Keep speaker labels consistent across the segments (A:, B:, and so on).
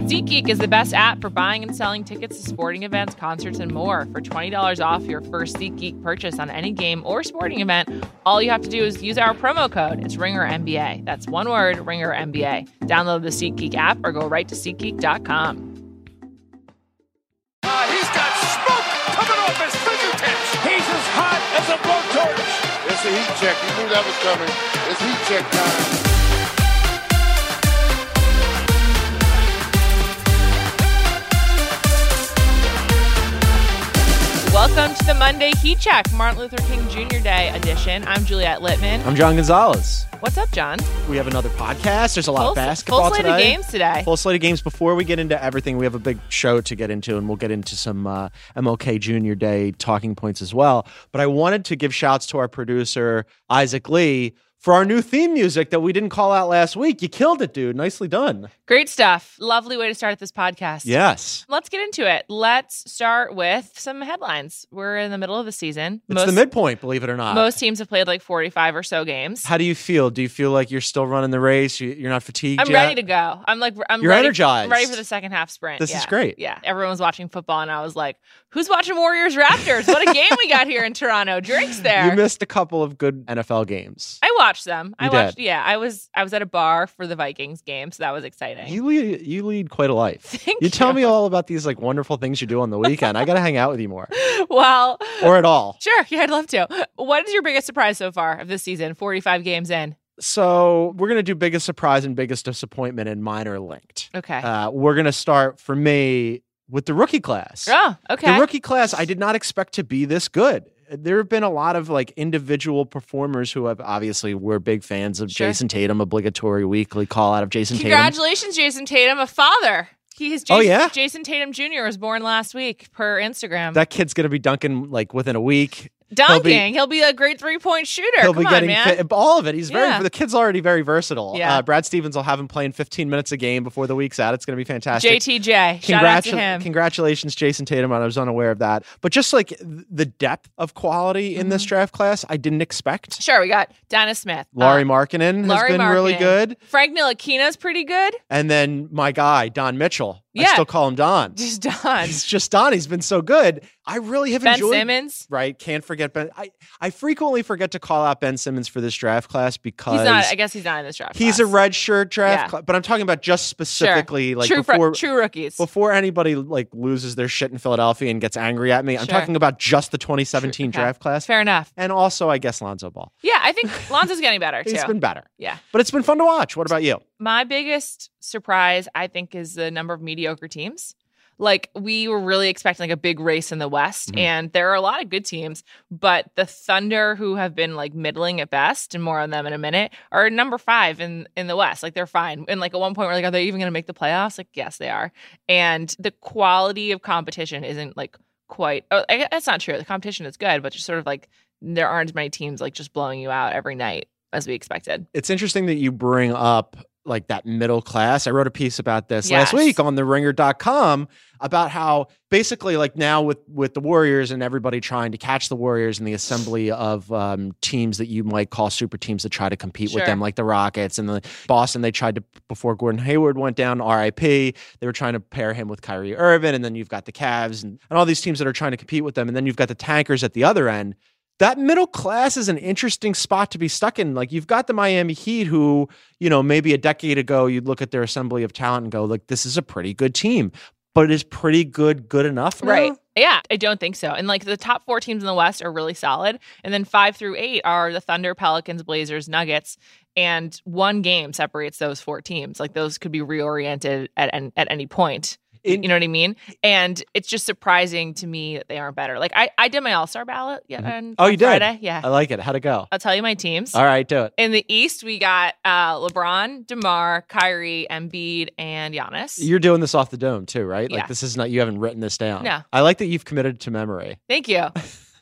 A: SeatGeek is the best app for buying and selling tickets to sporting events, concerts, and more. For $20 off your first SeatGeek purchase on any game or sporting event, all you have to do is use our promo code. It's RingerMBA. That's one word, RingerMBA. Download the SeatGeek app or go right to SeatGeek.com.
B: Uh, he's got smoke coming off his fingertips. He's as hot as a blowtorch.
C: It's a heat check. You knew that was coming. It's heat check time.
A: Welcome to the Monday Heat Check, Martin Luther King Jr. Day edition. I'm Juliette Littman.
D: I'm John Gonzalez.
A: What's up, John?
D: We have another podcast. There's a lot
A: Full,
D: of basketball
A: full slate
D: today.
A: of games today.
D: Full slate of games. Before we get into everything, we have a big show to get into, and we'll get into some uh, MLK Junior Day talking points as well. But I wanted to give shouts to our producer Isaac Lee for our new theme music that we didn't call out last week. You killed it, dude. Nicely done.
A: Great stuff. Lovely way to start this podcast.
D: Yes.
A: Let's get into it. Let's start with some headlines. We're in the middle of the season.
D: It's the midpoint, believe it or not.
A: most teams have played like 45 or so games.
D: How do you feel? Do you feel like you're still running the race? You- You're not fatigued
A: I'm
D: yet?
A: ready to go. I'm like, I'm
D: You're
A: ready,
D: energized.
A: I'm ready for the second half sprint.
D: This is
A: Yeah.
D: great.
A: Yeah. Everyone was watching football, and I was like, who's watching Warriors Raptors? What a game we got here in Toronto. Drinks there.
D: You missed a couple of good NFL games.
A: I watched them. I
D: You
A: watched.
D: did.
A: Yeah, I was. I was at a bar for the Vikings game, so that was exciting.
D: You lead, you lead quite a life.
A: Thank
D: you tell
A: you.
D: me all about these like wonderful things you do on the weekend. I got to hang out with you more
A: well,
D: or at all.
A: sure. Yeah, I'd love to. What is your biggest surprise so far of this season? 45 games in.
D: So, we're going to do biggest surprise and biggest disappointment and mine are linked.
A: Okay.
D: Uh, we're going to start for me with the rookie class.
A: oh, okay.
D: The rookie class, I did not expect to be this good. There have been a lot of like individual performers who have obviously were big fans of
A: Sure.
D: Jason Tatum, obligatory weekly call out of Jason Tatum.
A: Congratulations, Jason Tatum, a father. He is. Jason,
D: Oh, yeah?
A: Jason Tatum Jr. was born last week per Instagram.
D: That kid's going to be dunking like within a week.
A: Dunking.
D: be-
A: He'll be, a great three point shooter.
D: He'll
A: Come
D: be
A: on,
D: getting
A: man.
D: fit. all of it. He's
A: Yeah.
D: very the kid's already very versatile.
A: Yeah.
D: Uh, Brad Stevens will have him playing 15 minutes a game before the week's out. It's going to be fantastic.
A: JTJ. Shout out to
D: Congratu-
A: him.
D: Congratulations, Jason Tatum. I was unaware of that. But just like th- the depth of quality in
A: Mm-hmm.
D: this draft class, I didn't expect.
A: sure, we got Donna Smith.
D: Laurie
A: Uh,
D: Markkinen has
A: Lauri
D: been really
A: Markkanen.
D: good.
A: Frank Nilakina's pretty good.
D: And then my guy, Don Mitchell.
A: Yeah.
D: I still call him Don.
A: Just Don.
D: He's just Don. He's been so good. I really have
A: Ben
D: enjoyed
A: Simmons.
D: Right. Can't forget Ben. I, I frequently forget to call out Ben Simmons for this draft class because
A: He's not. I guess he's not in this draft.
D: He's a
A: class.
D: red shirt draft,
A: Yeah.
D: cla- but I'm talking about just
A: Sure.
D: specifically like
A: true, fr-
D: before
A: true rookies.
D: before anybody like loses their shit in Philadelphia and gets angry at me. I'm
A: Sure.
D: talking about just the 2017
A: Sure, okay.
D: draft class,
A: Fair enough.
D: and also I guess Lonzo Ball.
A: Yeah, I think Lonzo's getting better too.
D: He's been better,
A: yeah.
D: but it's been fun to watch. What about you?
A: My biggest surprise, I think, is the number of mediocre teams. Like we were really expecting like a big race in the West,
D: Mhm.
A: and there are a lot of good teams, but the Thunder, who have been like middling at best, and more on them in a minute, are number five in in the West. Like they're fine. And like at one point, we're like, are they even going to make the playoffs? Like yes, they are. And the quality of competition isn't like quite. Oh, I guess that's not true. The competition is good, but just sort of like there aren't as many teams like just blowing you out every night as we expected.
D: It's interesting that you bring up like that middle class. I wrote a piece about this last
A: Yes.
D: week on the ringer.com about how basically like now with with the Warriors and everybody trying to catch the Warriors and the assembly of um, teams that you might call super teams that try to compete
A: Sure.
D: with them like the Rockets and the Boston they tried to before Gordon Hayward went down RIP they were trying to pair him with Kyrie Irving and then you've got the Cavs and, and all these teams that are trying to compete with them and then you've got the tankers at the other end that middle class is an interesting spot to be stuck in. Like you've got the Miami Heat, who you know maybe a decade ago you'd look at their assembly of talent and go, like, this is a pretty good team, but is pretty good good enough? now?
A: Right. Yeah, I don't think so. And like the top four teams in the West are really solid. And then five through eight are the Thunder, Pelicans, Blazers, Nuggets. And one game separates those four teams. Like those could be reoriented at, an- at any point.
D: In-
A: you know what I mean? And it's just surprising to me that they aren't better. Like I, I did my All Star ballot. Yeah.
D: Mhm.
A: on-
D: Oh, you
A: on
D: did?
A: Friday. Yeah.
D: I like it. How'd it go?
A: I'll tell you my teams.
D: All right, do it.
A: In the East, we got uh, LeBron, DeMar, Kyrie, Embiid, and Giannis.
D: You're doing this off the dome too, right?
A: Yeah.
D: Like this is not you haven't written this down.
A: No.
D: I like that you've committed to memory.
A: Thank you.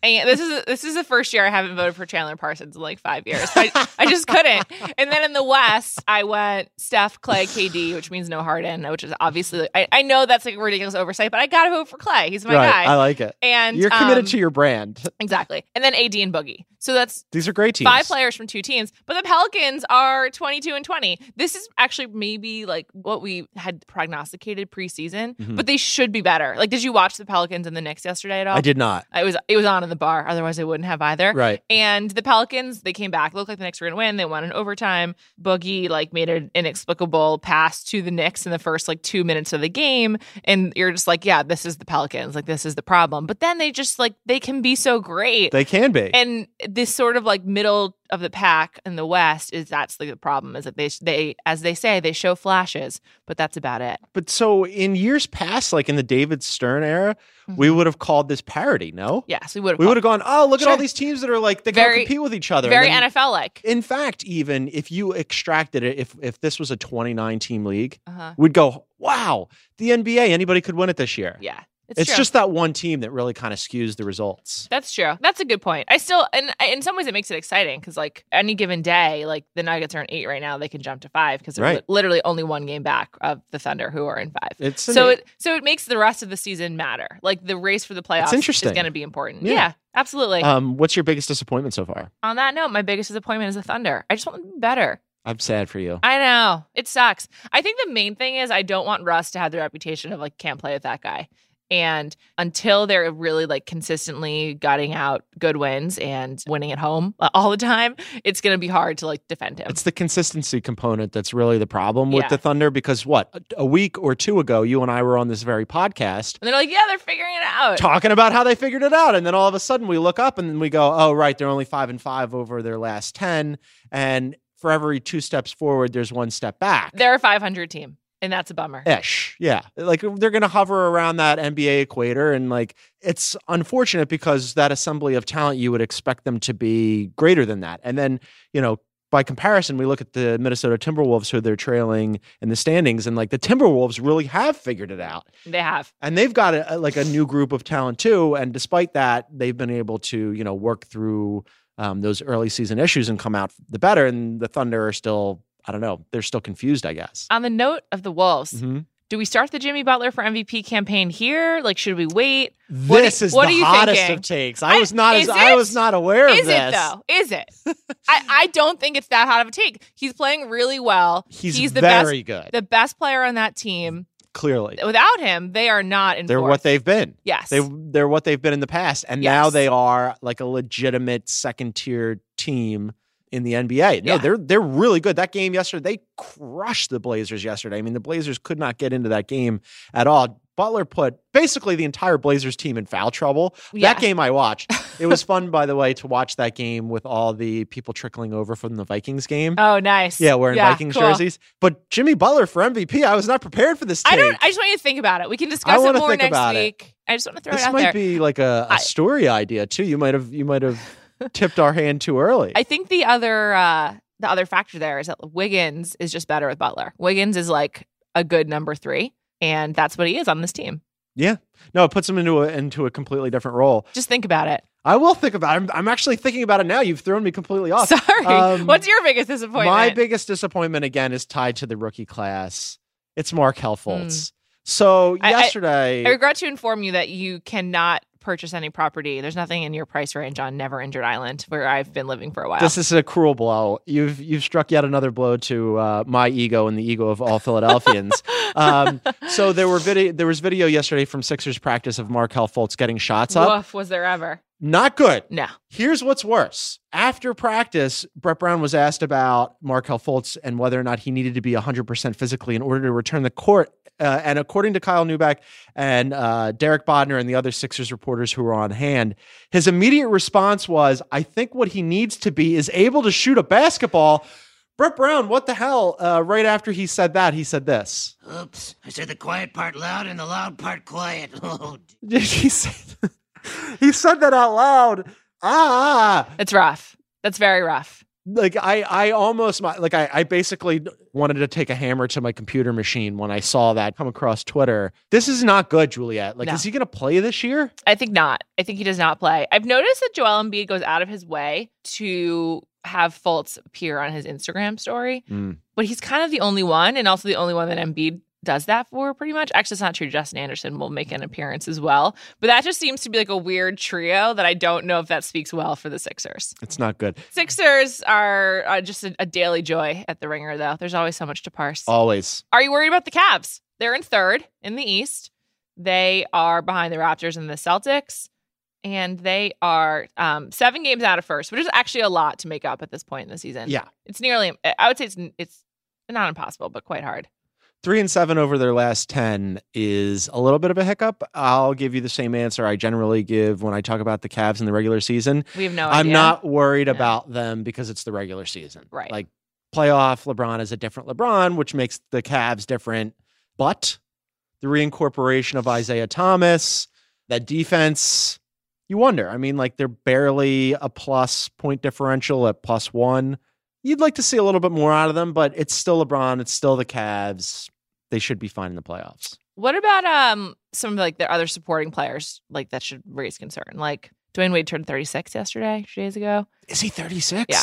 A: And this is this is the first year I haven't voted for Chandler Parsons in like five years. I, I just couldn't. And then in the West, I went Steph, Clay, KD, which means no Harden, which is obviously I, I know that's like a ridiculous oversight, but I gotta vote for Clay. He's Oh my
D: right.
A: guy.
D: I like it.
A: and
D: You're committed
A: um,
D: to your brand.
A: exactly. And then AD and Boogie. So that's
D: These are great teams.
A: five players from two teams, but the Pelicans are 22 and 20. This is actually maybe like what we had prognosticated preseason,
D: Mhm.
A: but they should be better. Like, did you watch the Pelicans and the Knicks yesterday at all?
D: I did not.
A: It was it was on in the bar. Otherwise, I wouldn't have either.
D: Right.
A: And the Pelicans, they came back. Looked like the Knicks were going to win. They won in overtime. Boogie like made an inexplicable pass to the Knicks in the first like two minutes of the game, and you're just like, yeah, this is the Pelicans. Like this is the problem. But then they just like they can be so great.
D: They can be.
A: and this sort of like middle of the pack in the West is that's like the problem is that they they as they say they show flashes, but that's about it.
D: but so in years past, like in the David Stern era,
A: Mm-hmm.
D: we would have called this parody, no?
A: Yes, we would
D: We would
A: have
D: have gone, oh, look at all
A: Sure.
D: these teams that are like, they
A: Very-
D: can compete with each other. And
A: very
D: then-
A: NFL like.
D: in fact, even if you extracted it, if, if this was a 29 team league,
A: Uh-huh.
D: we'd go, wow, the NBA, anybody could win it this year.
A: Yeah,
D: It's,
A: true.
D: just that one team that really kind of skews the results.
A: That's true. That's a good point. I still, and I- in some ways, it makes it exciting because, like, any given day, like the Nuggets are in eight right now, they can jump to five because they're
D: Right.
A: li- literally only one game back of the Thunder, who are in five.
D: It's an-
A: so it so it makes the rest of the season matter. Like the race for the playoffs
D: interesting.
A: is going to be important.
D: Yeah.
A: Yeah, absolutely.
D: um, what's your biggest disappointment so far?
A: On that note, my biggest disappointment is the Thunder. I just want them to be better.
D: I'm sad for you.
A: I know it sucks. I think the main thing is I don't want Russ to have the reputation of like can't play with that guy. And until they're really like consistently gutting out good wins and winning at home uh, all the time, it's going to be hard to like defend him.
D: It's the consistency component that's really the problem with
A: Yeah.
D: the Thunder because what a- a week or two ago, you and I were on this very podcast
A: and they're like, yeah, they're figuring it out.
D: talking about how they figured it out, and then all of a sudden we look up and we go, oh right, they're only five and five over their last ten, and for every two steps forward, there's one step back.
A: they're a 500 team, and that's a bummer.
D: ish. Yeah. Like they're going to hover around that NBA equator. And like it's unfortunate because that assembly of talent, you would expect them to be greater than that. And then, you know, by comparison, we look at the Minnesota Timberwolves who they're trailing in the standings, and like the Timberwolves really have figured it out.
A: They have.
D: And they've got a, a- like a new group of talent too. And despite that, they've been able to, you know, work through um, those early season issues and come out the better. And the Thunder are still, I don't know, they're still confused, I guess.
A: On the note of the Wolves,
D: Mhm.
A: do we start the Jimmy Butler for MVP campaign here? Like, should we wait? What do-
D: This is
A: what
D: the
A: are you
D: hottest
A: thinking?
D: of takes. I
A: I-
D: was not as
A: is
D: I
A: it?
D: was not aware of
A: Is
D: this.
A: it though? Is it? I, I don't think it's that hot of a take. He's playing really well.
D: He's,
A: the best
D: very good.
A: the best player on that team.
D: clearly,
A: Without him, they are not in.
D: they're
A: fourth.
D: what they've been.
A: Yes,
D: They they're what they've been in the past, and now
A: Yes.
D: they are like a legitimate second tier team in the NBA. No,
A: Yeah.
D: they're they're really good. That game yesterday, they crushed the Blazers yesterday. I mean, the Blazers could not get into that game at all. Butler put basically the entire Blazers team in foul trouble.
A: Yeah.
D: That game I watched. It was fun, by the way, to watch that game with all the people trickling over from the Vikings game.
A: Oh, nice.
D: Yeah, wearing Vikings
A: cool.
D: jerseys. But Jimmy Butler for MVP, I was not prepared for this. Take.
A: I don't. I just want you to think about it. We can discuss it
D: wanna
A: more
D: think
A: next
D: about it.
A: week. I just want to throw
D: this
A: it out
D: might
A: there.
D: be like a, a
A: I-
D: story idea too. You might have you might have tipped our hand too early.
A: I think the other uh the other factor there is that Wiggins is just better with Butler. Wiggins is like a good number three, and that's what he is on this team.
D: no, it puts him into a into a completely different role.
A: Just think about it.
D: I will think about. it. I'm, I'm actually thinking about it now. You've thrown me completely off.
A: Sorry.
D: Um,
A: What's your biggest disappointment?
D: My biggest disappointment again is tied to the rookie class. It's Markel Fultz. So
A: Hmm. I- I-
D: yesterday,
A: I regret to inform you that you cannot purchase any property. There's nothing in your price range on Never Injured Island, where I've been living for a while.
D: This is a cruel blow. You've you've struck yet another blow to uh, my ego and the ego of all Philadelphians. um, so there were video there was video yesterday from Sixers practice of Markel Fultz getting shots up.
A: Woof, was there ever?
D: Not good.
A: No.
D: Here's what's worse. After practice, Brett Brown was asked about Markel Fultz and whether or not he needed to be 100% physically in order to return the court. Uh, and according to Kyle Newback and uh, Derek Bodner and the other Sixers reporters who were on hand, his immediate response was, I think what he needs to be is able to shoot a basketball. Brett Brown, what the hell? Uh, right after he said that, he said this.
E: Oops, I said the quiet part loud and the loud part quiet. Oh, d-
D: he, said, he said that out loud. Ah.
A: That's rough. That's very rough.
D: like I, I almost my, like I, I basically wanted to take a hammer to my computer machine when I saw that come across Twitter. This is not good, Juliet. Like,
A: No.
D: is he going to play this year?
A: I think not. I think he does not play. I've noticed that Joel Embiid goes out of his way to have Fultz appear on his Instagram story, but he's kind of the only one, and also the only one that Embiid does that for pretty much. Actually, it's not true. Justin Anderson will make an appearance as well. But that just seems to be like a weird trio that I don't know if that speaks well for the Sixers.
D: It's not good.
A: Sixers are uh, just a, a daily joy at the ringer, though. There's always so much to parse.
D: Always.
A: Are you worried about the Cavs? They're in third in the East. They are behind the Raptors and the Celtics, and they are um, seven games out of first, which is actually a lot to make up at this point in the season.
D: Yeah.
A: it's nearly. I would say it's it's not impossible, but quite hard.
D: Three and seven over their last 10 is a little bit of a hiccup. I'll give you the same answer I generally give when I talk about the Cavs in the regular season.
A: We have no.
D: I'm
A: idea.
D: not worried
A: No.
D: about them because it's the regular season.
A: Right.
D: Like playoff, LeBron is a different LeBron, which makes the Cavs different. But the reincorporation of Isaiah Thomas, that defense, you wonder. I mean, like they're barely a plus point differential at plus one. You'd like to see a little bit more out of them, but it's still LeBron. It's still the Cavs. They should be fine in the playoffs.
A: What about um some of like their other supporting players like that should raise concern? Like Dwayne Wade turned 36 yesterday, two days ago.
D: Is he 36?
A: Yeah.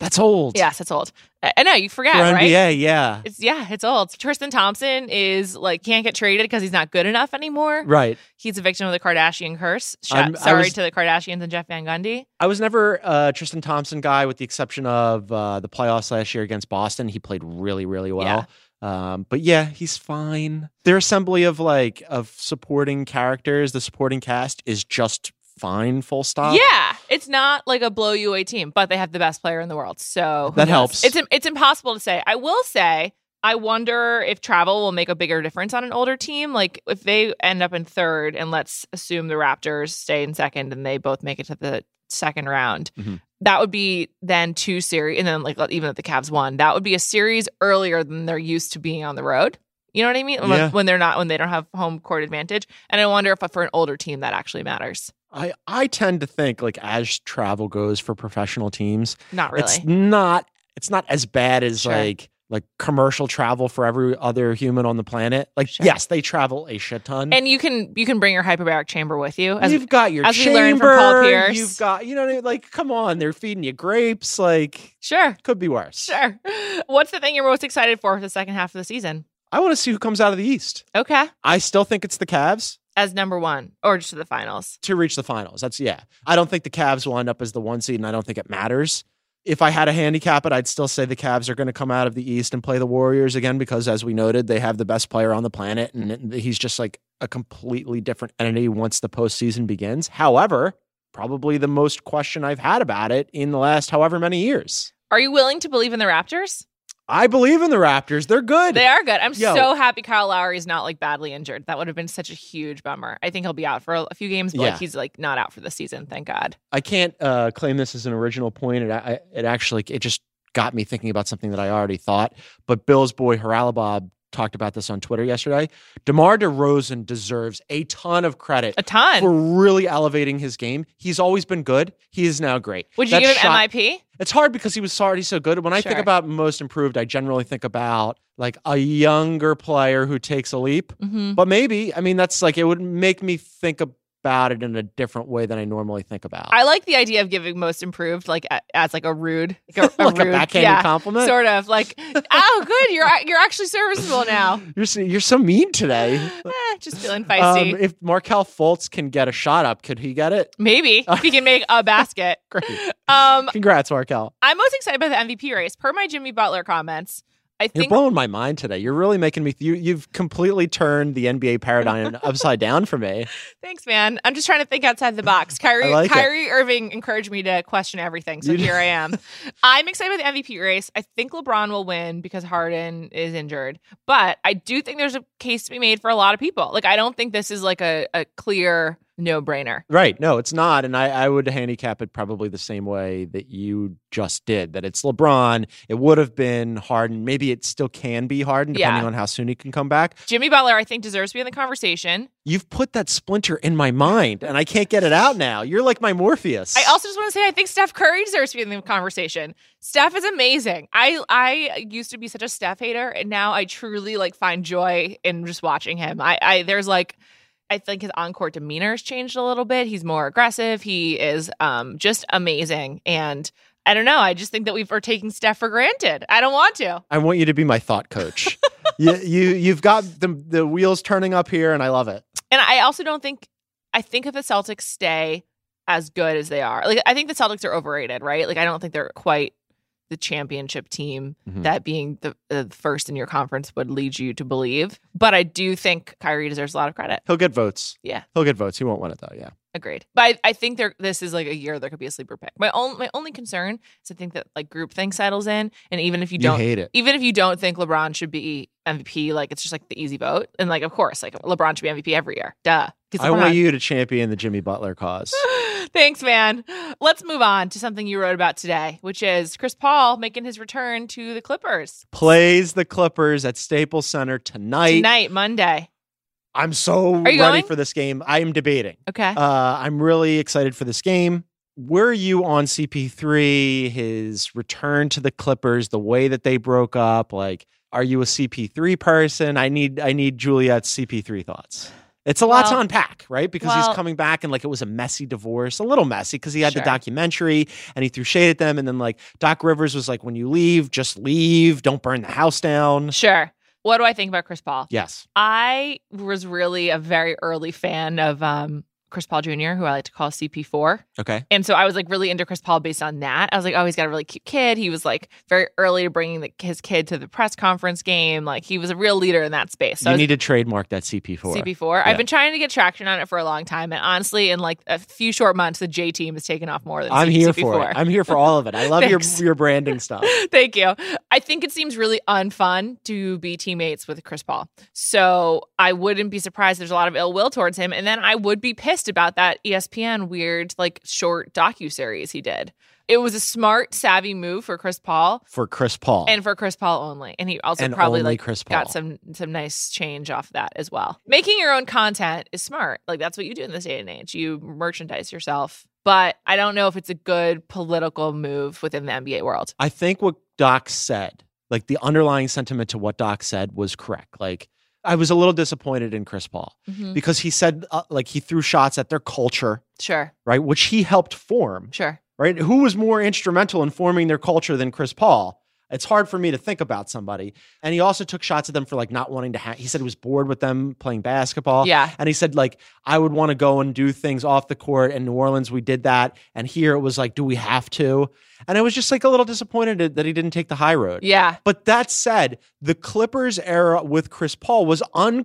D: That's old.
A: Yes, it's old. I, I know you forget,
D: For
A: right?
D: NBA, yeah.
A: It's yeah, it's old. Tristan Thompson is like can't get traded because he's not good enough anymore.
D: Right.
A: He's a victim of the Kardashian curse. Sh-
D: I'm- I
A: sorry
D: was-
A: to the Kardashians and Jeff Van Gundy.
D: I was never a Tristan Thompson guy, with the exception of uh, the playoffs last year against Boston. He played really, really well. Um, but yeah, he's fine. Their assembly of like of supporting characters, the supporting cast is just fine. Full stop.
A: yeah, it's not like a blow you away team, but they have the best player in the world, so who
D: That
A: knows?
D: helps.
A: It's im- it's impossible to say. I will say. I wonder if travel will make a bigger difference on an older team. Like if they end up in third, and let's assume the Raptors stay in second, and they both make it to the second round.
D: Mhm.
A: That would be then two series, and then like uh, even if the Cavs won, that would be a series earlier than they're used to being on the road. You know what I mean? When,
D: Yeah.
A: when they're not, when they don't have home court advantage, and I wonder if uh, for an older team that actually matters.
D: I I tend to think like as travel goes for professional teams,
A: Not really.
D: it's not it's not as bad as
A: Sure.
D: like like commercial travel for every other human on the planet. Like
A: Sure.
D: yes, they travel a shit ton.
A: and you can you can bring your hyperbaric chamber with you. As,
D: you've got your
A: as we
D: chamber.
A: learned from Paul Pierce.
D: You've got you know what I mean? like come on, they're feeding you grapes. Like
A: sure,
D: could be worse.
A: sure. What's the thing you're most excited for for the second half of the season?
D: I want to see who comes out of the East.
A: Okay,
D: I still think it's the Cavs
A: as number one or just to the finals.
D: to reach the finals. That's yeah. I don't think the Cavs will end up as the one seed, and I don't think it matters. If I had a handicap it, I'd still say the Cavs are going to come out of the East and play the Warriors again because, as we noted, they have the best player on the planet, and it- he's just like a completely different entity once the postseason begins. However, probably the most question I've had about it in the last however many years.
A: Are you willing to believe in the Raptors?
D: I believe in the Raptors. They're good.
A: They are good. I'm
D: Yo.
A: so happy Kyle Lowry is not like badly injured. That would have been such a huge bummer. I think he'll be out for a few games, but
D: Yeah.
A: like he's like not out for the season. Thank God.
D: I can't uh, claim this as an original point. It, I, it actually, it just got me thinking about something that I already thought. But Bill's boy Haralabob talked about this on Twitter yesterday. DeMar DeRozan deserves a ton of credit
A: A ton.
D: for really elevating his game. He's always been good. He is now great.
A: Would you
D: That
A: give him
D: shot-
A: MIP?
D: It's hard because he was already so good. When I think
A: Sure.
D: about most improved, I generally think about like a younger player who takes a leap.
A: Mm-hmm.
D: But maybe, I mean, that's like it would make me think about it in a different way than I normally think about.
A: I like the idea of giving most improved like a- as like a rude, like a, a
D: like
A: rude,
D: a backhanded
A: yeah,
D: compliment.
A: sort of like oh good you're you're actually serviceable now
D: You're s- you're so mean today.
A: Eh, just feeling
D: Um,
A: feisty
D: if Markel Fultz can get a shot up, could he get it?
A: maybe if he can make a basket
D: Great.
A: um
D: Congrats, Markel.
A: i'm most excited about the mvp race per my jimmy butler comments i
D: You're
A: think
D: blowing my mind today. You're really making me. You you've completely turned the NBA paradigm upside down for me.
A: thanks man i'm just trying to think outside the box kyrie
D: like it.
A: kyrie irving encouraged me to question everything so
D: You did.
A: here i am i'm excited about the mvp race i think lebron will win because harden is injured but i do think there's a case to be made for a lot of people like i don't think this is like a, a clear no-brainer
D: Right? No, it's not. And I I would handicap it probably the same way that you just did. That it's LeBron. It would have been Harden. Maybe it still can be Harden depending
A: Yeah.
D: on how soon he can come back.
A: jimmy butler i think deserves to be in the conversation
D: You've put that splinter in my mind, and I can't get it out now. You're like my Morpheus.
A: I also just want to say I think Steph Curry deserves to be in the conversation. Steph is amazing. I I used to be such a Steph hater, and now I truly like find joy in just watching him. I, I there's like I think his on-court demeanor has changed a little bit. He's more aggressive. He is um just amazing. And I don't know. I just think that we are taking Steph for granted. I don't want to.
D: I want you to be my thought coach. you, you you've got the the wheels turning up here, and I love it.
A: And I also don't think I think if the Celtics stay as good as they are, like I think the Celtics are overrated, right? Like I don't think they're quite the championship team
D: Mhm.
A: that being the, the first in your conference would lead you to believe. But I do think Kyrie deserves a lot of credit.
D: He'll get votes.
A: Yeah.
D: he'll get votes. He won't win it though. Yeah.
A: Agreed. But I, I think there this is like a year there could be a sleeper pick. My only my only concern is I think that like group thing settles in, and even if you don't
D: hate it.
A: even if you don't think LeBron should be MVP, like it's just like the easy vote. And like, of course, like LeBron should be MVP every year. Duh. 'Cause
D: I want
A: LeBron.
D: you to champion the Jimmy Butler cause.
A: Thanks, man. Let's move on to something you wrote about today, which is Chris Paul making his return to the Clippers
D: Plays the Clippers at Staples Center tonight.
A: tonight, Monday.
D: I'm so
A: Are
D: ready
A: you going?
D: for this game. I am debating.
A: Okay.
D: Uh, I'm really excited for this game. Were you on CP3, his return to the Clippers, the way that they broke up? Like, are you a CP3 person? I need I need Juliet's CP3 thoughts. It's a lot to
A: Well-
D: unpack, right? Because
A: well-
D: he's coming back and like it was a messy divorce, a little messy because he had
A: Sure.
D: the documentary and he threw shade at them. And then like Doc Rivers was like, when you leave, just leave. Don't burn the house down.
A: sure. What do I think about Chris Paul?
D: Yes.
A: I was really a very early fan of um, Chris Paul Jr., who I like to call CP4.
D: Okay.
A: And so I was like really into Chris Paul based on that. I was like, oh, he's got a really cute kid. He was like very early to bringing the, his kid to the press conference game. Like he was a real leader in that space. So I
D: you
A: was
D: need to trademark that CP4.
A: CP4.
D: Yeah.
A: I've been trying to get traction on it for a long time, and honestly, in like a few short months, the J team has taken off more than
D: I'm
A: C-
D: here
A: CP4.
D: for it. I'm here for all of it. I love your
A: Thanks.
D: your branding stuff.
A: Thank you. I think it seems really unfun to be teammates with Chris Paul. So I wouldn't be surprised there's a lot of ill will towards him. And then I would be pissed about that E ESPN weird, like short docu series he did. It was a smart, savvy move for Chris Paul
D: for Chris Paul
A: and for Chris Paul only. And he also
D: And
A: probably
D: only
A: like
D: Chris Paul.
A: got some some nice change off that as well. Making your own content is smart. Like that's what you do in this day and age. You merchandise yourself. But I don't know if it's a good political move within the NBA world.
D: I think what Doc said, like the underlying sentiment to what Doc said, was correct. Like I was a little disappointed in Chris Paul
A: Mm.
D: because he said uh, like he threw shots at their culture,
A: Sure,
D: right, which he helped form.
A: sure.
D: Right, who was more instrumental in forming their culture than Chris Paul? It's hard for me to think about somebody. And he also took shots at them for like not wanting to. Ha- he said he was bored with them playing basketball.
A: Yeah.
D: And he said, like, I would want to go and do things off the court. In New Orleans, we did that. And here it was like, do we have to? And I was just like a little disappointed that he didn't take the high road.
A: Yeah.
D: But that said, the Clippers era with Chris Paul was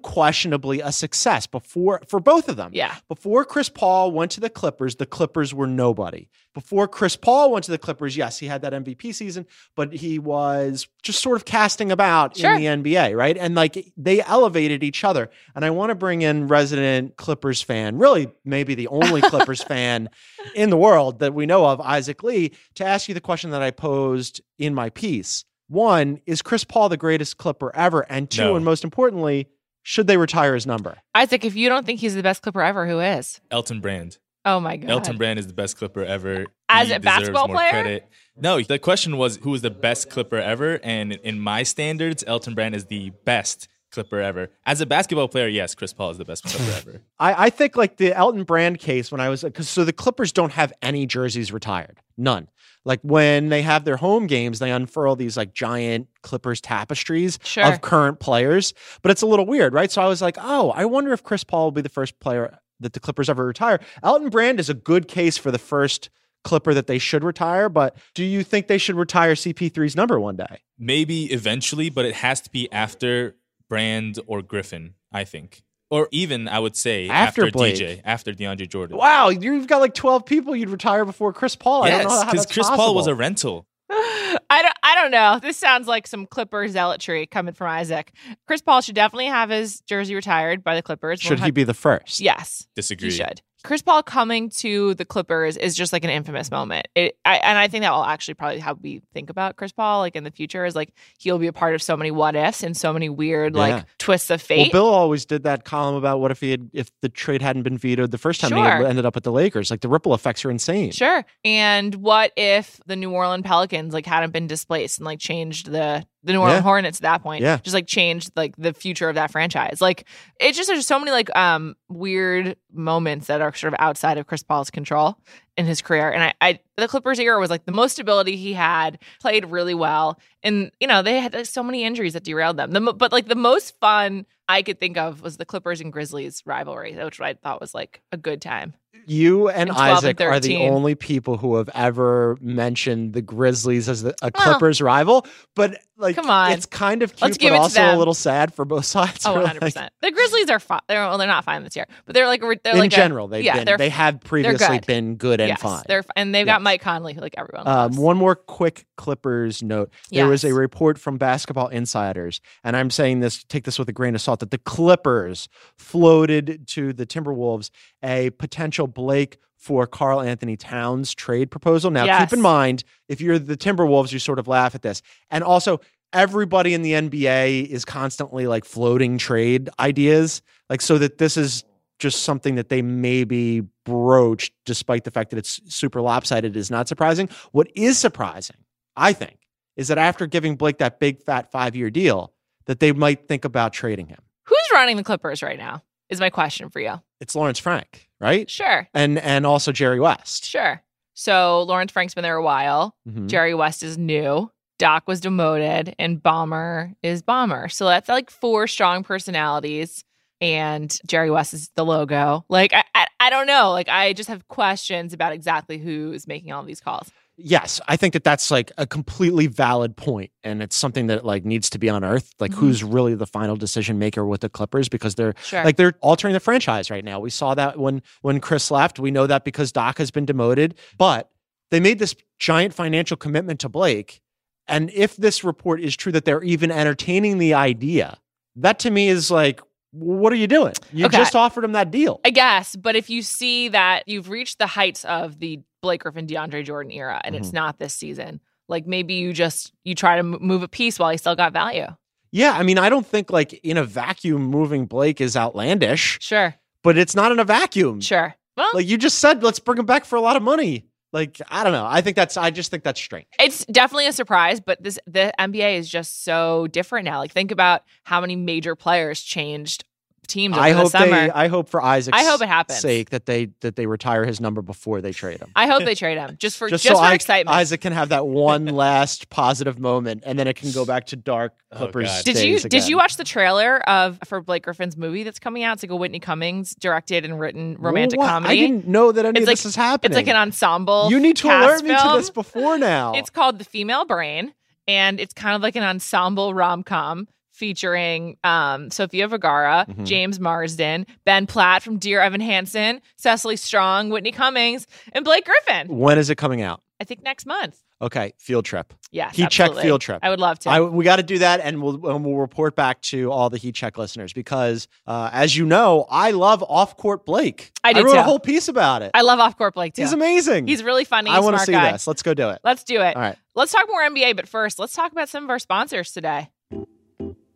D: unquestionably a success before for both of them.
A: Yeah.
D: Before Chris Paul went to the Clippers, the Clippers were nobody. Before Chris Paul went to the Clippers, yes, he had that MVP season, but he was just sort of casting about
A: Sure.
D: in the NBA, right? And like they elevated each other. And I want to bring in resident Clippers fan, really maybe the only Clippers fan in the world that we know of, Isaac Lee, to ask you the question that I posed in my piece. One, is Chris Paul the greatest Clipper ever? And two,
F: No.
D: and most importantly, should they retire his number?
A: Isaac, if you don't think he's the best clipper ever, who is?
F: Elton Brand.
A: Oh my god.
F: Elton Brand is the best Clipper ever.
A: As
F: He
A: a
F: deserves
A: basketball
F: more
A: player?
F: Credit. No, the question was who is the best Clipper ever, and in my standards, Elton Brand is the best Clipper ever. As a basketball player, yes, Chris Paul is the best Clipper ever.
D: I, I think like the Elton Brand case when I was because so the Clippers don't have any jerseys retired, none. Like when they have their home games, they unfurl these like giant Clippers tapestries
A: Sure.
D: of current players, but it's a little weird, right? So I was like, oh, I wonder if Chris Paul will be the first player that the Clippers ever retire. Elton Brand is a good case for the first Clipper that they should retire, but do you think they should retire CP3's number one day?
F: Maybe eventually, but it has to be after Brand or Griffin, I think. Or even, I would say,
D: After
F: after,
D: Blake.
F: DJ, after DeAndre Jordan.
D: Wow, you've got like twelve people you'd retire before Chris Paul. I don't know
F: Yes,
D: how
F: because
D: that's
F: Chris Paul was
D: possible.
F: a rental.
A: I don't I don't know. This sounds like some Clipper zealotry coming from Isaac. Chris Paul should definitely have his jersey retired by the Clippers.
D: should he be the first?
A: Yes.
F: Disagree.
A: He should. Chris Paul coming to the Clippers is just like an infamous
D: Mm-hmm.
A: moment. It, I, and I think that will actually probably how we think about Chris Paul, like in the future, is like he'll be a part of so many what ifs and so many weird
D: Yeah.
A: like twists of fate.
D: Well, Bill always did that column about what if he had if the trade hadn't been vetoed the first time he
A: Sure.
D: ended up at the Lakers. Like the ripple effects are insane.
A: Sure. And what if the New Orleans Pelicans like hadn't been displaced and like changed the the New Orleans
D: Yeah.
A: Hornets at that point?
D: Yeah.
A: Just like changed like the future of that franchise. Like it's just there's so many like um weird moments that are sort of outside of Chris Paul's control. in his career. And I, I the Clippers era was like the most stability he had, played really well. And, you know, they had like, so many injuries that derailed them. The, mo- but like the most fun I could think of was the Clippers and Grizzlies rivalry, which I thought was like a good time.
D: You and,
A: And 12 and
D: Isaac are the
A: 13.
D: only people who have ever mentioned the Grizzlies as the, a Clippers rival. But like,
A: Come on.
D: it's kind of cute,
A: Let's give
D: but
A: it to
D: also a
A: them.
D: little sad for both sides.
A: Oh,
D: We're
A: 100
D: like-
A: percent. The Grizzlies are fine. They're well, they're not fine this year, but they're like re- they're
D: in
A: like a-
D: general, they've
A: yeah,
D: been,
A: they're
D: they have previously
A: good.
D: been good and
A: yes,
D: fine.
A: They're fi- and they've
D: Yes.
A: got Mike Conley, who like everyone.
D: Um,
A: loves.
D: one more quick Clippers note. There was
A: Yes.
D: a report from Basketball Insiders, and I'm saying this, take this with a grain of salt, that the Clippers floated to the Timberwolves a potential Blake for Carl Anthony Towns trade proposal. Now, keep in
A: Yes.
D: mind, if you're the Timberwolves, you sort of laugh at this. And also, everybody in the NBA is constantly like floating trade ideas, like so that this is just something that they maybe broached, despite the fact that it's super lopsided, is not surprising. What is surprising, I think, is that after giving Blake that big fat five year deal, that they might think about trading him.
A: Who's running the Clippers right now? Is my question for you.
D: It's Lawrence Frank, right?
A: Sure,
D: And and also Jerry West.
A: sure. So Lawrence Frank's been there a while.
D: Mhm.
A: Jerry West is new. Doc was demoted, and Bomber is Bomber. So that's like four strong personalities, and Jerry West is the logo. Like I, I, I don't know. Like I just have questions about exactly who is making all these calls.
D: Yes, I think that that's like a completely valid point, and it's something that like needs to be unearthed. Like,
A: Mhm.
D: who's really the final decision maker with the Clippers? Because they're
A: Sure.
D: Like they're altering the franchise right now. We saw that when when Chris left. We know that because Doc has been demoted. But they made this giant financial commitment to Blake. And if this report is true that they're even entertaining the idea, that to me is like, what are you doing? You
A: Okay.
D: just offered him that deal.
A: I guess, but if you see that you've reached the heights of the Blake Griffin, DeAndre Jordan era, and
D: Mm-hmm.
A: it's not this season, like maybe you just you try to m- move a piece while he still got value.
D: yeah, I mean, I don't think like in a vacuum moving Blake is outlandish,
A: Sure,
D: but it's not in a vacuum.
A: sure. Well,
D: Mm. Like you just said, let's bring him back for a lot of money. Like I don't know. I think that's. I just think that's strange.
A: it's definitely a surprise, but this the NBA is just so different now. Like think about how many major players changed teams over
D: I
A: the
D: hope
A: summer.
D: they. uh, I hope for Isaac's.
A: I hope it happens.
D: Sake that they that they retire his number before they trade him.
A: I hope they trade him just for just,
D: so
A: for
D: I-
A: excitement.
D: Isaac can have that one last positive moment, and then it can go back to dark
F: Oh,
D: Clippers.
F: God.
A: did you
D: days
A: did you
D: again.
A: watch the trailer of for Blake Griffin's movie that's coming out? It's like a Whitney Cummings directed and written romantic
D: What?
A: comedy.
D: I didn't know that any
A: It's
D: of
A: like-
D: this is happening.
A: It's like an ensemble.
D: You need to
A: cast
D: alert me to
A: film.
D: this before now.
A: It's called The Female Brain, and it's kind of like an ensemble rom com featuring um, Sofia Vergara,
D: Mhm.
A: James Marsden, Ben Platt from Dear Evan Hansen, Cecily Strong, Whitney Cummings, and Blake Griffin.
D: when is it coming out?
A: I think next month.
D: Okay, field trip.
A: Yes,
D: Heat check
A: absolutely.
D: field trip.
A: I would love to.
D: I, we got to do that, and we'll and we'll report back to all the Heat Check listeners because, uh, as you know, I love off court Blake.
A: I do
D: wrote a
A: too.
D: whole piece about it.
A: I love off court Blake too.
D: He's amazing.
A: He's really funny.
D: I
A: want to
D: see
A: guy.
D: this. Let's go do it.
A: Let's do it.
D: All right.
A: Let's talk more NBA, but first, let's talk about some of our sponsors today.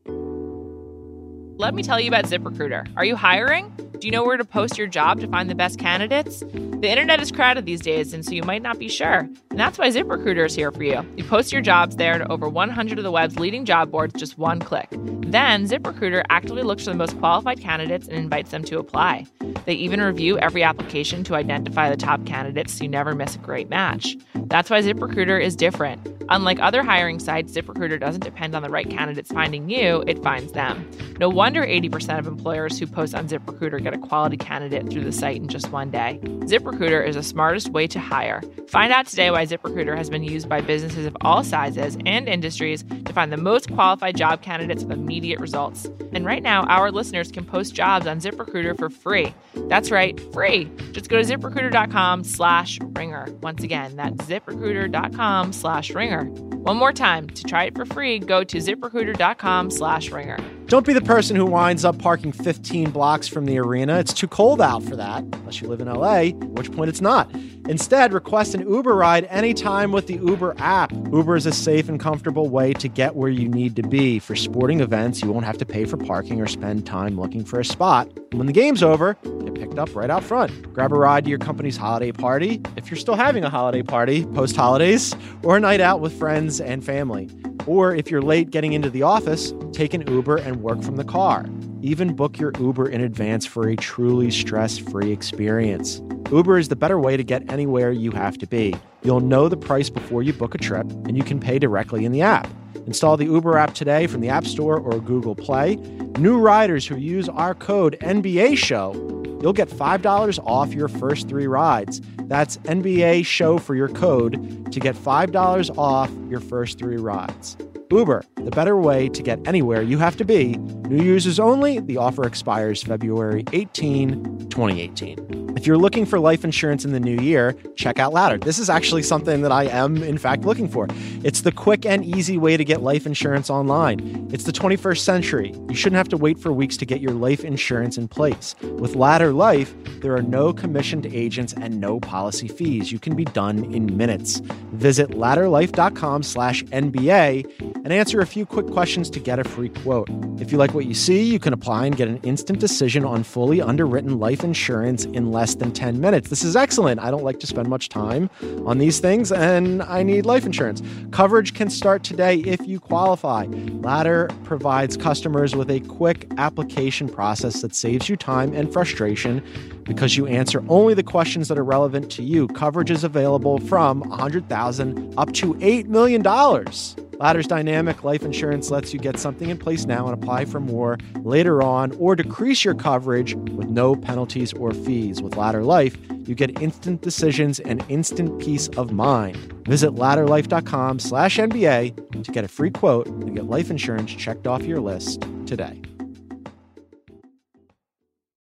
A: Let me tell you about ZipRecruiter. Are you hiring? Do you know where to post your job to find the best candidates? The internet is crowded these days, and so you might not be sure. And that's why ZipRecruiter is here for you. You post your jobs there to over 100 of the web's leading job boards just one click. Then ZipRecruiter actively looks for the most qualified candidates and invites them to apply. They even review every application to identify the top candidates so you never miss a great match. That's why ZipRecruiter is different. Unlike other hiring sites, ZipRecruiter doesn't depend on the right candidates finding you, it finds them. No wonder 80% of employers who post on ZipRecruiter get a quality candidate through the site in just one day. ZipRecruiter is the smartest way to hire. Find out today why ZipRecruiter has been used by businesses of all sizes and industries to find the most qualified job candidates with immediate results. And right now, our listeners can post jobs on ZipRecruiter for free. That's right, free. Just go to ziprecruiter.com slash ringer. Once again, that's ziprecruiter.com slash ringer. One more time, to try it for free, go to ziprecruiter.com slash ringer.
D: Don't be the person who winds up parking 15 blocks from the arena. It's too cold out for that, unless you live in LA, at which point it's not. Instead, request an Uber ride anytime with the Uber app. Uber is a safe and comfortable way to get where you need to be. For sporting events, you won't have to pay for parking or spend time looking for a spot. And when the game's over, get picked up right out front. Grab a ride to your company's holiday party, if you're still having a holiday party post holidays, or a night out with friends and family. Or if you're late getting into the office, take an Uber and work from the car. Even book your Uber in advance for a truly stress free experience. Uber is the better way to get anywhere you have to be. You'll know the price before you book a trip, and you can pay directly in the app. Install the Uber app today from the App Store or Google Play. New riders who use our code NBA Show you'll get $5 off your first three rides. That's NBA show for your code to get $5 off your first three rides. Uber, the better way to get anywhere you have to be. New users only. The offer expires February 18, 2018. If you're looking for life insurance in the new year, check out Ladder. This is actually something that I am, in fact, looking for. It's the quick and easy way to get life insurance online. It's the 21st century. You shouldn't have to wait for weeks to get your life insurance in place. With Ladder Life, there are no commissioned agents and no policy fees. You can be done in minutes. Visit ladderlife.com slash NBA and answer a few quick questions to get a free quote. If you like what you see, you can apply and get an instant decision on fully underwritten life insurance in less than 10 minutes. This is excellent. I don't like to spend much time on these things and I need life insurance. Coverage can start today if you qualify. Ladder provides customers with a quick application process that saves you time and frustration because you answer only the questions that are relevant to you. Coverage is available from 100,000 up to 8 million dollars. Ladder's dynamic life insurance lets you get something in place now and apply for more later on or decrease your coverage with no penalties or fees. With Ladder Life, you get instant decisions and instant peace of mind. Visit ladderlife.com slash NBA to get a free quote and get life insurance checked off your list today.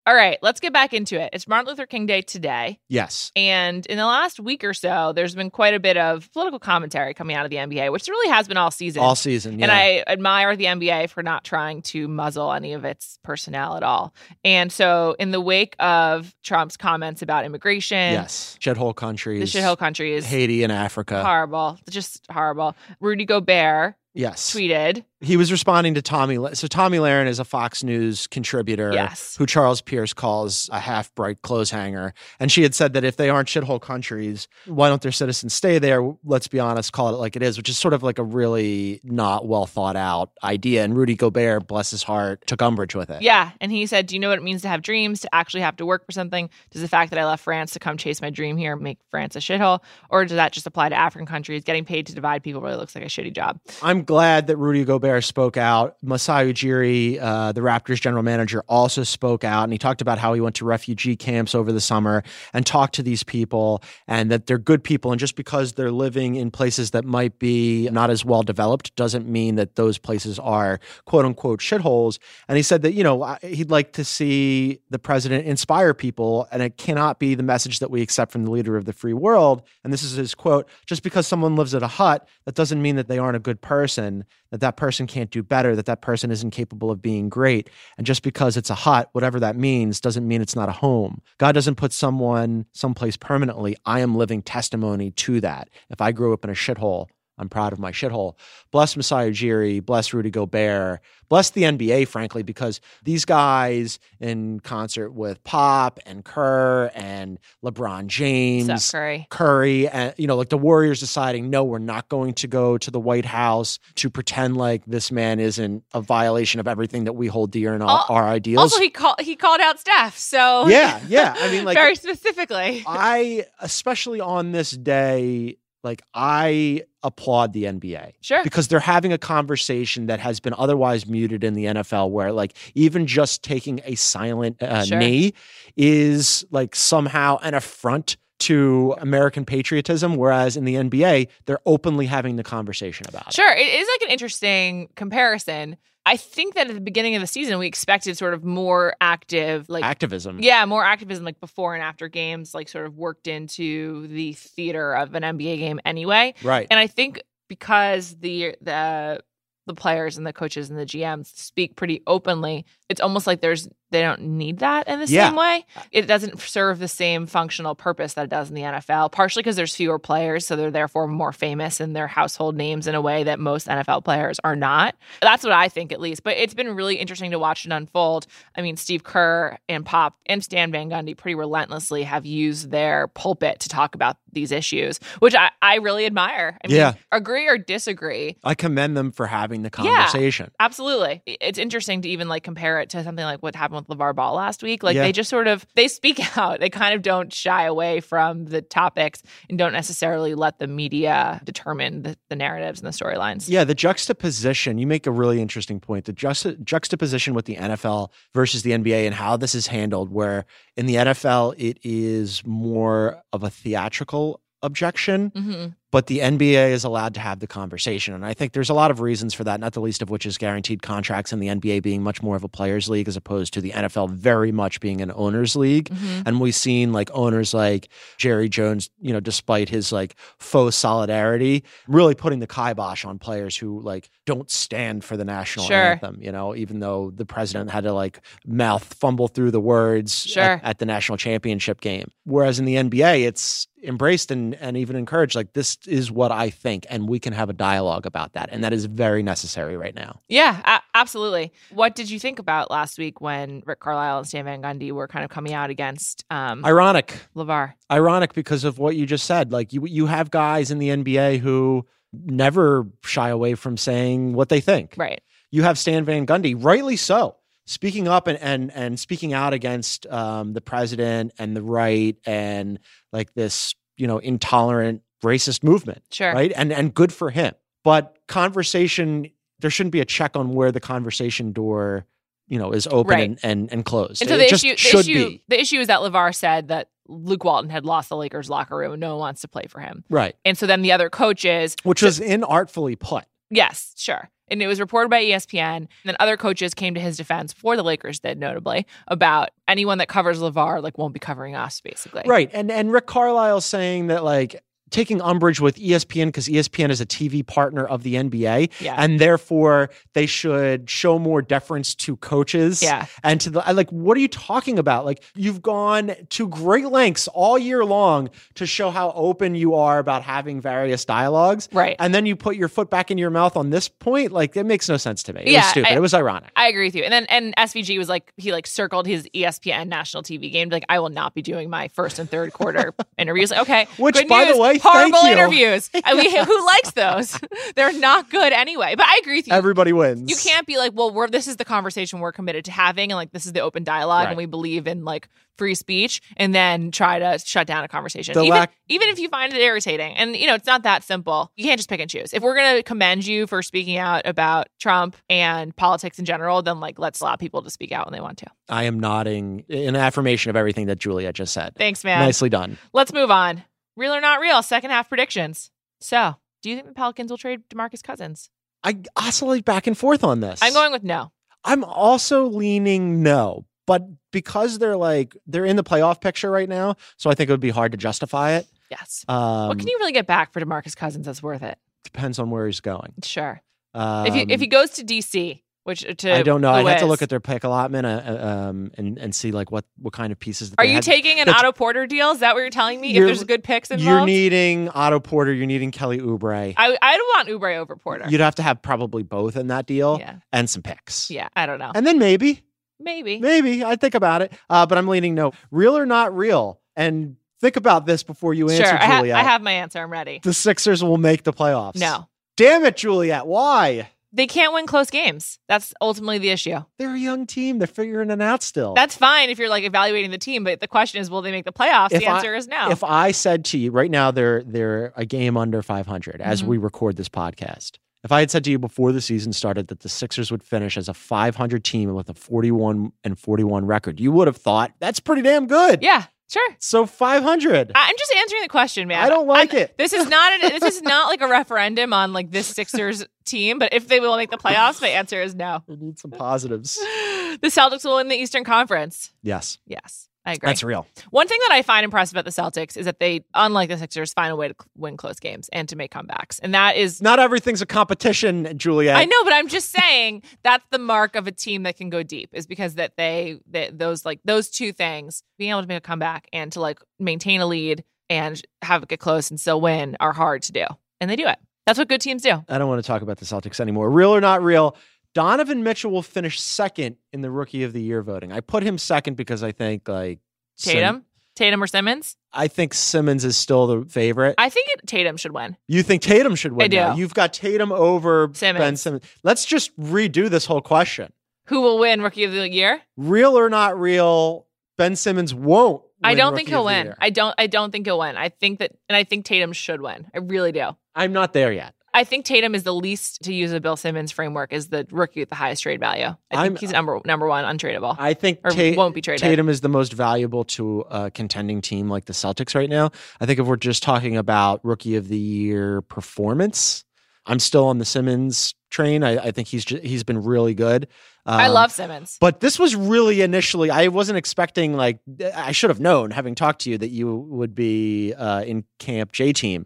A: All right, let's get back into it. It's Martin Luther King Day today.
D: Yes.
A: And in the last week or so, there's been quite a bit of political commentary coming out of the NBA, which really has been all season.
D: All season. Yeah.
A: And I admire the NBA for not trying to muzzle any of its personnel at all. And so, in the wake of Trump's comments about immigration,
D: Yes. uh, Shithole
A: the
D: countries.
A: shithole country is
D: Haiti and Africa.
A: horrible, just horrible. Rudy Gobert
D: Yes.
A: tweeted,
D: he was responding to Tommy. La- So Tommy Lahren is a Fox News contributor,
A: Yes.
D: who Charles Pierce calls a half bright clothes hanger. And she had said that if they aren't shithole countries, why don't their citizens stay there? Let's be honest, call it like it is, which is sort of like a really not well thought out idea. And Rudy Gobert, bless his heart, took umbrage with it.
A: Yeah. And he said, Do you know what it means to have dreams, to actually have to work for something? Does the fact that I left France to come chase my dream here make France a shithole? Or does that just apply to African countries? Getting paid to divide people really looks like a shitty job.
D: I'm glad that Rudy Gobert spoke out. Masai Ujiri, uh, the Raptors general manager, also spoke out, and he talked about how he went to refugee camps over the summer and talked to these people, and that they're good people. And just because they're living in places that might be not as well developed doesn't mean that those places are quote unquote shitholes. And he said that you know I- he'd like to see the president inspire people, and it cannot be the message that we accept from the leader of the free world. And this is his quote: "Just because someone lives at a hut, that doesn't mean that they aren't a good person. That that person can't do better. That that person isn't capable of being great. And just because it's a hut, whatever that means, doesn't mean it's not a home. God doesn't put someone someplace permanently. I am living testimony to that. If I grew up in a shithole." I'm proud of my shithole. Bless Masai Ujiri, bless Rudy Gobert, bless the NBA, frankly, because these guys in concert with Pop and Kerr and LeBron James,
A: Steph Curry.
D: Curry, and you know, like the Warriors deciding, no, we're not going to go to the White House to pretend like this man isn't a violation of everything that we hold dear and all,
A: Al-
D: our ideals.
A: Also, he called he called out Steph. So
D: yeah, yeah. I mean, like
A: very specifically.
D: I, especially on this day, like I applaud the NBA
A: Sure.
D: because they're having a conversation that has been otherwise muted in the NFL, where like even just taking a silent uh,
A: Sure.
D: knee is like somehow an affront to American patriotism, whereas in the NBA they're openly having the conversation about it.
A: Sure, it is like an interesting comparison. I think that at the beginning of the season, we expected sort of more active, like
D: activism.
A: yeah, more activism, like before and after games, like sort of worked into the theater of an NBA game anyway.
D: right.
A: And I think because the the the players and the coaches and the GMs speak pretty openly, it's almost like there's they don't need that in the
D: Yeah.
A: same way. It doesn't serve the same functional purpose that it does in the NFL, partially because there's fewer players, so they're therefore more famous in their household names in a way that most NFL players are not. That's what I think at least. But it's been really interesting to watch it unfold. I mean, Steve Kerr and Pop and Stan Van Gundy pretty relentlessly have used their pulpit to talk about these issues, which I, I really admire. I mean,
D: Yeah.
A: agree or disagree.
D: I commend them for having the conversation.
A: Absolutely. I- It's interesting to even like compare it to something like what happened with LeVar Ball last week. Like
D: Yeah.
A: they just sort of they speak out. They kind of don't shy away from the topics and don't necessarily let the media determine the, the narratives and the storylines.
D: Yeah, the juxtaposition, you make a really interesting point. The juxta- juxtaposition with the NFL versus the NBA and how this is handled, where in the NFL, it is more of a theatrical objection,
A: hmm
D: but the NBA is allowed to have the conversation. And I think there's a lot of reasons for that, not the least of which is guaranteed contracts and the NBA being much more of a players' league as opposed to the NFL very much being an owners' league.
A: hmm
D: And we've seen like owners like Jerry Jones, you know, despite his like faux solidarity, really putting the kibosh on players who like don't stand for the national
A: Sure.
D: anthem, you know, even though the president had to like mouth fumble through the words at-
A: Sure.
D: at, the national championship game. Whereas in the NBA, it's embraced and, and even encouraged like this is what I think, and we can have a dialogue about that. And that is very necessary right now.
A: Yeah, a- absolutely. What did you think about last week when Rick Carlisle and Stan Van Gundy were kind of coming out against um,
D: Ironic.
A: LeVar?
D: ironic because of what you just said. Like you you have guys in the NBA who never shy away from saying what they think.
A: Right.
D: You have Stan Van Gundy, rightly so, speaking up and and and speaking out against um, the president and the right and like this you know intolerant racist movement,
A: Sure.
D: right? And and good for him. But conversation, there shouldn't be a check on where the conversation door. You know, is open
A: Right.
D: and, and and closed.
A: And so
D: It
A: the
D: just
A: issue, the
D: should
A: issue,
D: be
A: the issue is that LeVar said that Luke Walton had lost the Lakers locker room and no one wants to play for him.
D: right,
A: And so then the other coaches,
D: which was inartfully put.
A: yes, sure. And it was reported by E ESPN. And then other coaches came to his defense for the Lakers did notably about anyone that covers LeVar like won't be covering us basically.
D: Right. And and Rick Carlisle saying that like taking umbrage with E ESPN because ESPN is a TV partner of the NBA
A: Yeah.
D: and therefore they should show more deference to coaches
A: yeah.
D: and to the I- like what are you talking about? Like you've gone to great lengths all year long to show how open you are about having various dialogues.
A: Right.
D: And then you put your foot back in your mouth on this point, like it makes no sense to me. It was
A: Yeah,
D: stupid.
A: I-
D: it was ironic.
A: I agree with you. And then and SVG was like he like circled his E ESPN national TV game like I will not be doing my first and third quarter interviews. Like, okay,
D: Which,
A: good
D: by the
A: news,
D: way,
A: horrible
D: thank you.
A: interviews. I mean, who likes those? They're not good anyway. But I agree with you.
D: Everybody wins.
A: you can't be like, well, we're this is the conversation we're committed to having, and like this is the open dialogue,
D: Right.
A: and we believe in like free speech, and then try to shut down a conversation,
D: The
A: even
D: lack-
A: even if you find it irritating. And you know, it's not that simple. You can't just pick and choose. If we're gonna commend you for speaking out about Trump and politics in general, then like let's allow people to speak out when they want to.
D: I am nodding in affirmation of everything that Julia just said.
A: Thanks, man.
D: Nicely done.
A: Let's move on. Real or not real? Second half predictions. So, do you think the Pelicans will trade Demarcus Cousins?
D: I oscillate back and forth on this.
A: I'm going with no.
D: I'm also leaning no, but because they're like they're in the playoff picture right now, so I think it would be hard to justify it.
A: Yes.
D: Um,
A: what can you really get back for Demarcus Cousins that's worth it?
D: Depends on where he's going.
A: Sure.
D: Um,
A: if he if he goes to DC, which to
D: I don't know.
A: the
D: I'd have to
A: Wiz,
D: look at their pick allotment uh, uh, um, and and see like what what kind of pieces. That
A: Are
D: they
A: you
D: had.
A: taking an
D: that's-
A: Otto Porter deal? Is that what you're telling me? If
D: You're-
A: there's good picks involved,
D: You're needing Otto Porter. You're needing Kelly Oubre.
A: I I'd want Oubre over Porter.
D: You'd have to have probably both in that deal
A: Yeah,
D: and some picks.
A: yeah. I don't know.
D: And then maybe
A: Maybe.
D: Maybe I'd think about it, uh, but I'm leaning no. Real or not real? And think about this before you answer,
A: sure. I, ha-
D: Juliet.
A: I have my answer. I'm ready.
D: the Sixers will make the playoffs.
A: No,
D: damn it, Juliet. Why?
A: they can't win close games. That's ultimately the issue.
D: They're a young team. They're figuring it out still.
A: That's fine if you're like evaluating the team, but the question is, will they make the playoffs?
D: If
A: the
D: I-
A: answer is no.
D: If I said to you right now, they're they're a game under 500 as we
A: Mm-hmm.
D: record this podcast. If I had said to you before the season started that the Sixers would finish as a 500 team with a 41 and 41 record, you would have thought that's pretty damn good.
A: yeah, sure.
D: So 500.
A: I- I'm just answering the question, man.
D: I don't like it.
A: This is not an, this is not like a referendum on like this Sixers team, but if they will make the playoffs, my answer is no.
D: we need some positives.
A: the Celtics will win the Eastern Conference.
D: Yes,
A: Yes, I agree.
D: that's real.
A: One thing that I find impressive about the Celtics is that they, unlike the Sixers, find a way to cl- win close games and to make comebacks. And that is,
D: Not everything's a competition, Juliet.
A: I know, but I'm just saying that's the mark of a team that can go deep is because that they, that those like those two things, being able to make a comeback and to like maintain a lead and have it get close and still win, are hard to do, and they do it. That's what good teams do.
D: I don't want to talk about the Celtics anymore. Real or not real, Donovan Mitchell will finish second in the Rookie of the Year voting. I put him second because I think like Sim-
A: Tatum, Tatum or Simmons?
D: I think Simmons is still the favorite.
A: I think it, Tatum should win.
D: You think Tatum should win?
A: I do.
D: now. You've got Tatum over Ben
A: Simmons.
D: Simmons. Let's just redo this whole question.
A: Who will win Rookie of the Year?
D: Real or not real? Ben Simmons won't.
A: I
D: win
A: don't think
D: Rookie
A: he'll
D: of the
A: win.
D: Year.
A: I don't. I don't think he'll win. I think that, and I think Tatum should win. I really do.
D: I'm not there yet.
A: I think Tatum is the least to use a Bill Simmons framework is the rookie with the highest trade value. I
D: I'm-
A: think he's number number one untradeable.
D: I think
A: Or
D: Ta-
A: won't be traded.
D: Tatum is the most valuable to a contending team like the Celtics right now. I think if we're just talking about rookie of the year performance, I'm still on the Simmons train. I, I think he's ju- he's been really good.
A: I
D: Um,
A: love Simmons.
D: But this was really initially. I wasn't expecting like I should have known, having talked to you, that you would be uh, in camp J team.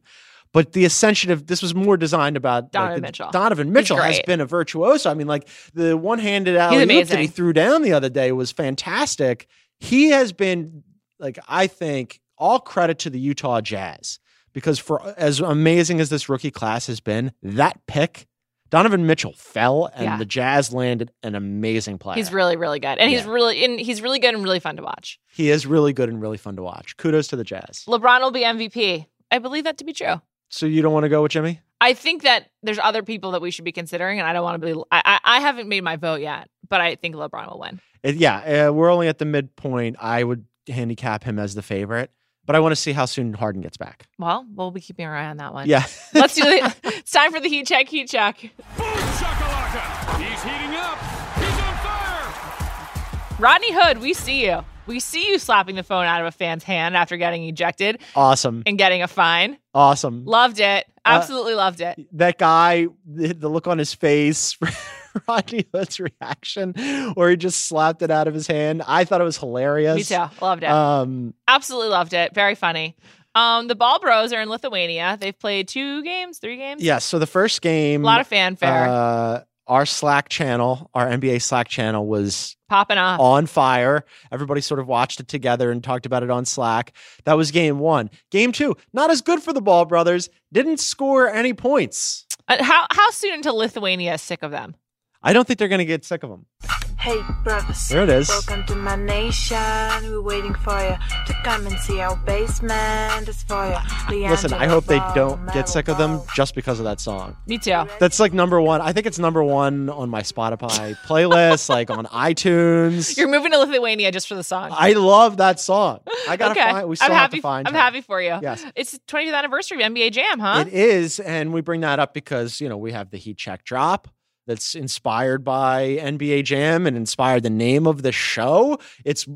D: But the ascension of this was more designed about like,
A: Donovan
D: the-
A: Mitchell.
D: Donovan Mitchell has
A: great.
D: been a virtuoso. I mean, like the one-handed alley that
A: amazing.
D: he threw down the other day was fantastic. He has been like I think all credit to the Utah Jazz because for as amazing as this rookie class has been, that pick. Donovan Mitchell fell, and
A: Yeah.
D: the Jazz landed an amazing player.
A: He's really really good, and he's
D: Yeah.
A: really and he's really good and really fun to watch.
D: He is really good and really fun to watch. Kudos to the Jazz.
A: LeBron will be MVP. I believe that to be true.
D: So you don't want to go with Jimmy?
A: I think that there's other people that we should be considering, and I don't want to be. I, I I haven't made my vote yet, but I think LeBron will win.
D: Uh, yeah, uh, we're only at the midpoint. I would handicap him as the favorite, but I want to see how soon Harden gets back.
A: Well, we'll be keeping our eye on that one.
D: Yeah.
A: Let's do the. it's time for the heat check. Heat check.
B: Boom shakalaka. He's heating up. He's on fire.
A: Rodney Hood, we see you. We see you slapping the phone out of a fan's hand after getting ejected
D: awesome.
A: and getting a fine.
D: Awesome.
A: Loved it.
D: Uh,
A: Absolutely loved it.
D: that guy, the, the look on his face, Rodney Hood's reaction, where he just slapped it out of his hand. I thought it was hilarious.
A: Me too. Loved it.
D: Um,
A: Absolutely loved it. Very funny. Um, the Ball Bros are in Lithuania. They've played two games, three games.
D: yeah. So the first game,
A: A lot of fanfare.
D: Uh, our Slack channel, our NBA Slack channel was
A: Popping off.
D: on fire. Everybody sort of watched it together and talked about it on Slack. That was game one. Game two, not as good for the Ball brothers. Didn't score any points.
A: Uh, How how soon until Lithuania is sick of them?
D: I don't think they're going to get sick of them.
G: Hey, brothers.
D: There it is.
G: Welcome to my nation. We're waiting for you to come and see our basement. It's for you.
D: Listen, I hope they don't get sick of them just because of that song.
A: Me too.
D: That's like number one. I think it's number one on my Spotify playlist, like on iTunes.
A: You're moving to Lithuania just for the song.
D: I love that song. I gotta
A: okay.
D: find. We still
A: I'm
D: have
A: happy.
D: to find.
A: I'm
D: her.
A: happy for you.
D: Yes.
A: It's the 20th anniversary of NBA Jam, huh?
D: It is, and we bring that up because you know we have the heat check drop that's inspired by NBA Jam and inspired the name of the show. It's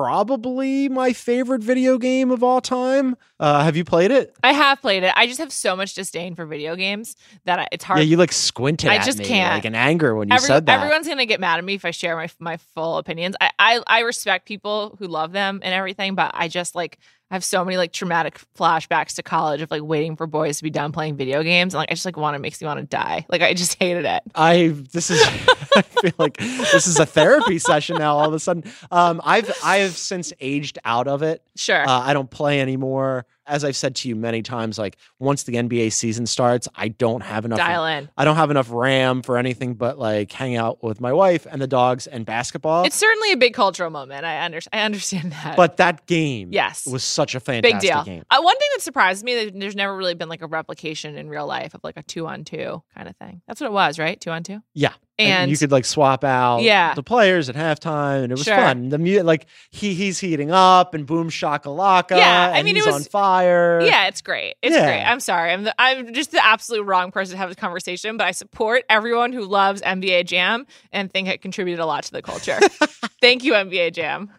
D: probably my favorite video game of all time. Uh, have you played it?
A: I have played it. I just have so much disdain for video games that I, it's hard.
D: Yeah, you like squinted.
A: I
D: at
A: just
D: me,
A: can't.
D: like in anger when you
A: Every-
D: said that.
A: Everyone's gonna get mad at me if I share my my full opinions. I, I I respect people who love them and everything, but I just like I have so many like traumatic flashbacks to college of like waiting for boys to be done playing video games. And, like I just like want it makes me want to die. Like I just hated it.
D: I this is I feel like this is a therapy session now. All of a sudden, um, I've I have since aged out of it.
A: Sure.
D: Uh, I don't play anymore. As I've said to you many times, like once the NBA season starts, I don't have enough.
A: Dial in.
D: I don't have enough RAM for anything but like hang out with my wife and the dogs and basketball.
A: It's certainly a big cultural moment. I under, I understand that.
D: but that game,
A: Yes.
D: was such a
A: big
D: fantastic
A: deal.
D: game.
A: Uh, one thing that surprised me that there's never really been like a replication in real life of like a two on two kind of thing. That's what it was, right? Two on two.
D: Yeah,
A: And
D: you could like swap out
A: Yeah.
D: the players at halftime, and it was
A: Sure.
D: fun. The mu- like he he's heating up and boom shakalaka.
A: Yeah, I
D: and
A: mean, it
D: he's on
A: was-
D: fire.
A: Yeah, it's great. It's
D: Yeah.
A: great. I'm sorry. I'm the, I'm just the absolute wrong person to have this conversation, but I support everyone who loves NBA Jam and think it contributed a lot to the culture. Thank you, NBA Jam.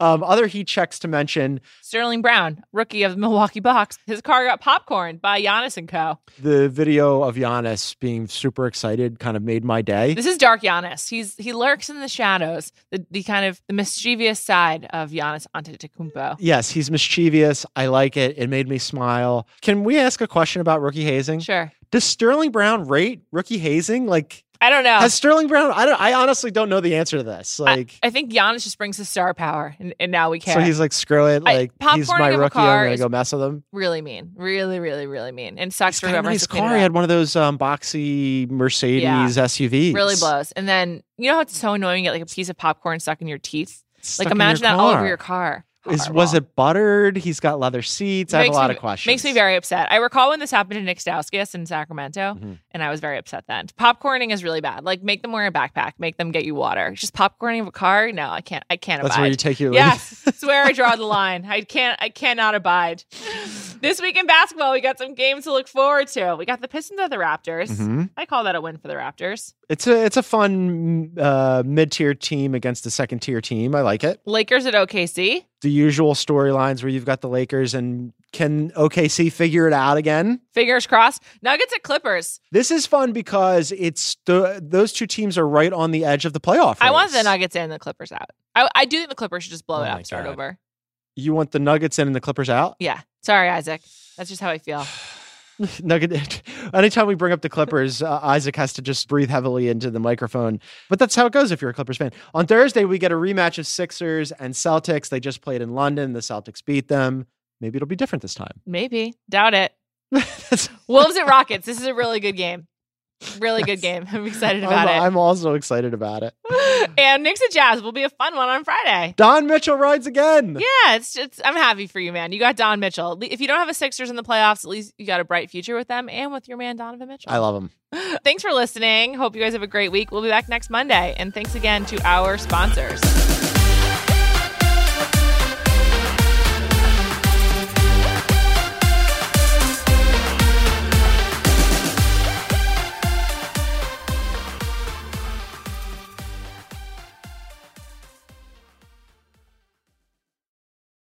D: um, other heat checks to mention
A: Sterling Brown, rookie of the Milwaukee Bucks, his car got popcorned by Giannis and Co.
D: the video of Giannis being super excited kind of made my day.
A: This is dark Giannis. He's he lurks in the shadows, the, the kind of the mischievous side of Giannis Antetokounmpo.
D: Yes, he's mischievous. I like it. It made me smile. Can we ask a question about rookie hazing?
A: Sure.
D: Does Sterling Brown rate rookie hazing? Like,
A: I don't know.
D: has Sterling Brown? I don't. I honestly don't know the answer to this.
A: Oh. I-
D: Like,
A: I, think Giannis just brings his star power, and, and now we care.
D: so he's like, screw it.
A: I-
D: Like, he's my
A: popcorning him a
D: rookie.
A: car
D: I'm gonna
A: is-
D: go mess with him.
A: really mean, really, really, really mean, and sucks for
D: Got a
A: whoever has
D: nice
A: to clean it
D: car. He
A: up.
D: had one of those um, boxy Mercedes
A: Yeah.
D: SUVs.
A: really blows. And then you know how it's so annoying you get like a piece of popcorn stuck in your teeth?
D: Stuck
A: like
D: in
A: imagine
D: your
A: that all over
D: car.
A: your car.
D: Is was
A: horrible.
D: it buttered? He's got leather seats. I have a
A: Makes
D: lot
A: me-
D: of questions.
A: Makes me very upset. I recall when this happened to Nick Stauskas in Sacramento,
D: Mhm.
A: and I was very upset then. Popcorning is really bad. Like, make them wear a backpack, make them get you water. Just popcorning of a car? No, I can't. I can't
D: That's
A: abide.
D: where you take your leave.
A: Yes, swear I draw the line. I can't. I cannot abide. This week in basketball, we got some games to look forward to. We got the Pistons at the Raptors.
D: Mhm.
A: I call that a win for the Raptors.
D: It's a it's a fun uh, mid tier team against the second tier team. I like it.
A: Lakers at OKC.
D: The usual storylines where you've got the Lakers and can OKC figure it out again?
A: Fingers crossed. Nuggets at Clippers.
D: This is fun because it's the, those two teams are right on the edge of the playoff.
A: I want
D: race.
A: the Nuggets in, and the Clippers out. I, I do think the Clippers should just blow
F: Oh
A: it
F: my
A: up, start
F: God.
A: over.
D: You want the Nuggets in and the Clippers out?
A: Yeah. Sorry, Isaac. That's just how I feel.
D: Nugget. Anytime we bring up the Clippers, uh, Isaac has to just breathe heavily into the microphone. But that's how it goes if you're a Clippers fan. On Thursday, we get a rematch of Sixers and Celtics. They just played in London. The Celtics beat them. Maybe it'll be different this time.
A: Maybe. Doubt it.
D: That's-
A: Wolves at Rockets. This is a really good game. Really good game. I'm excited about
D: I'm,
A: it.
D: I'm also excited about it.
A: and Knicks at Jazz will be a fun one on Friday.
D: Don Mitchell rides again.
A: Yeah, it's just I'm happy for you, man. You got Don Mitchell. Le- If you don't have a Sixers in the playoffs, at least you got a bright future with them and with your man Donovan Mitchell.
D: I love him.
A: Thanks for listening. Hope you guys have a great week. We'll be back next Monday. And thanks again to our sponsors.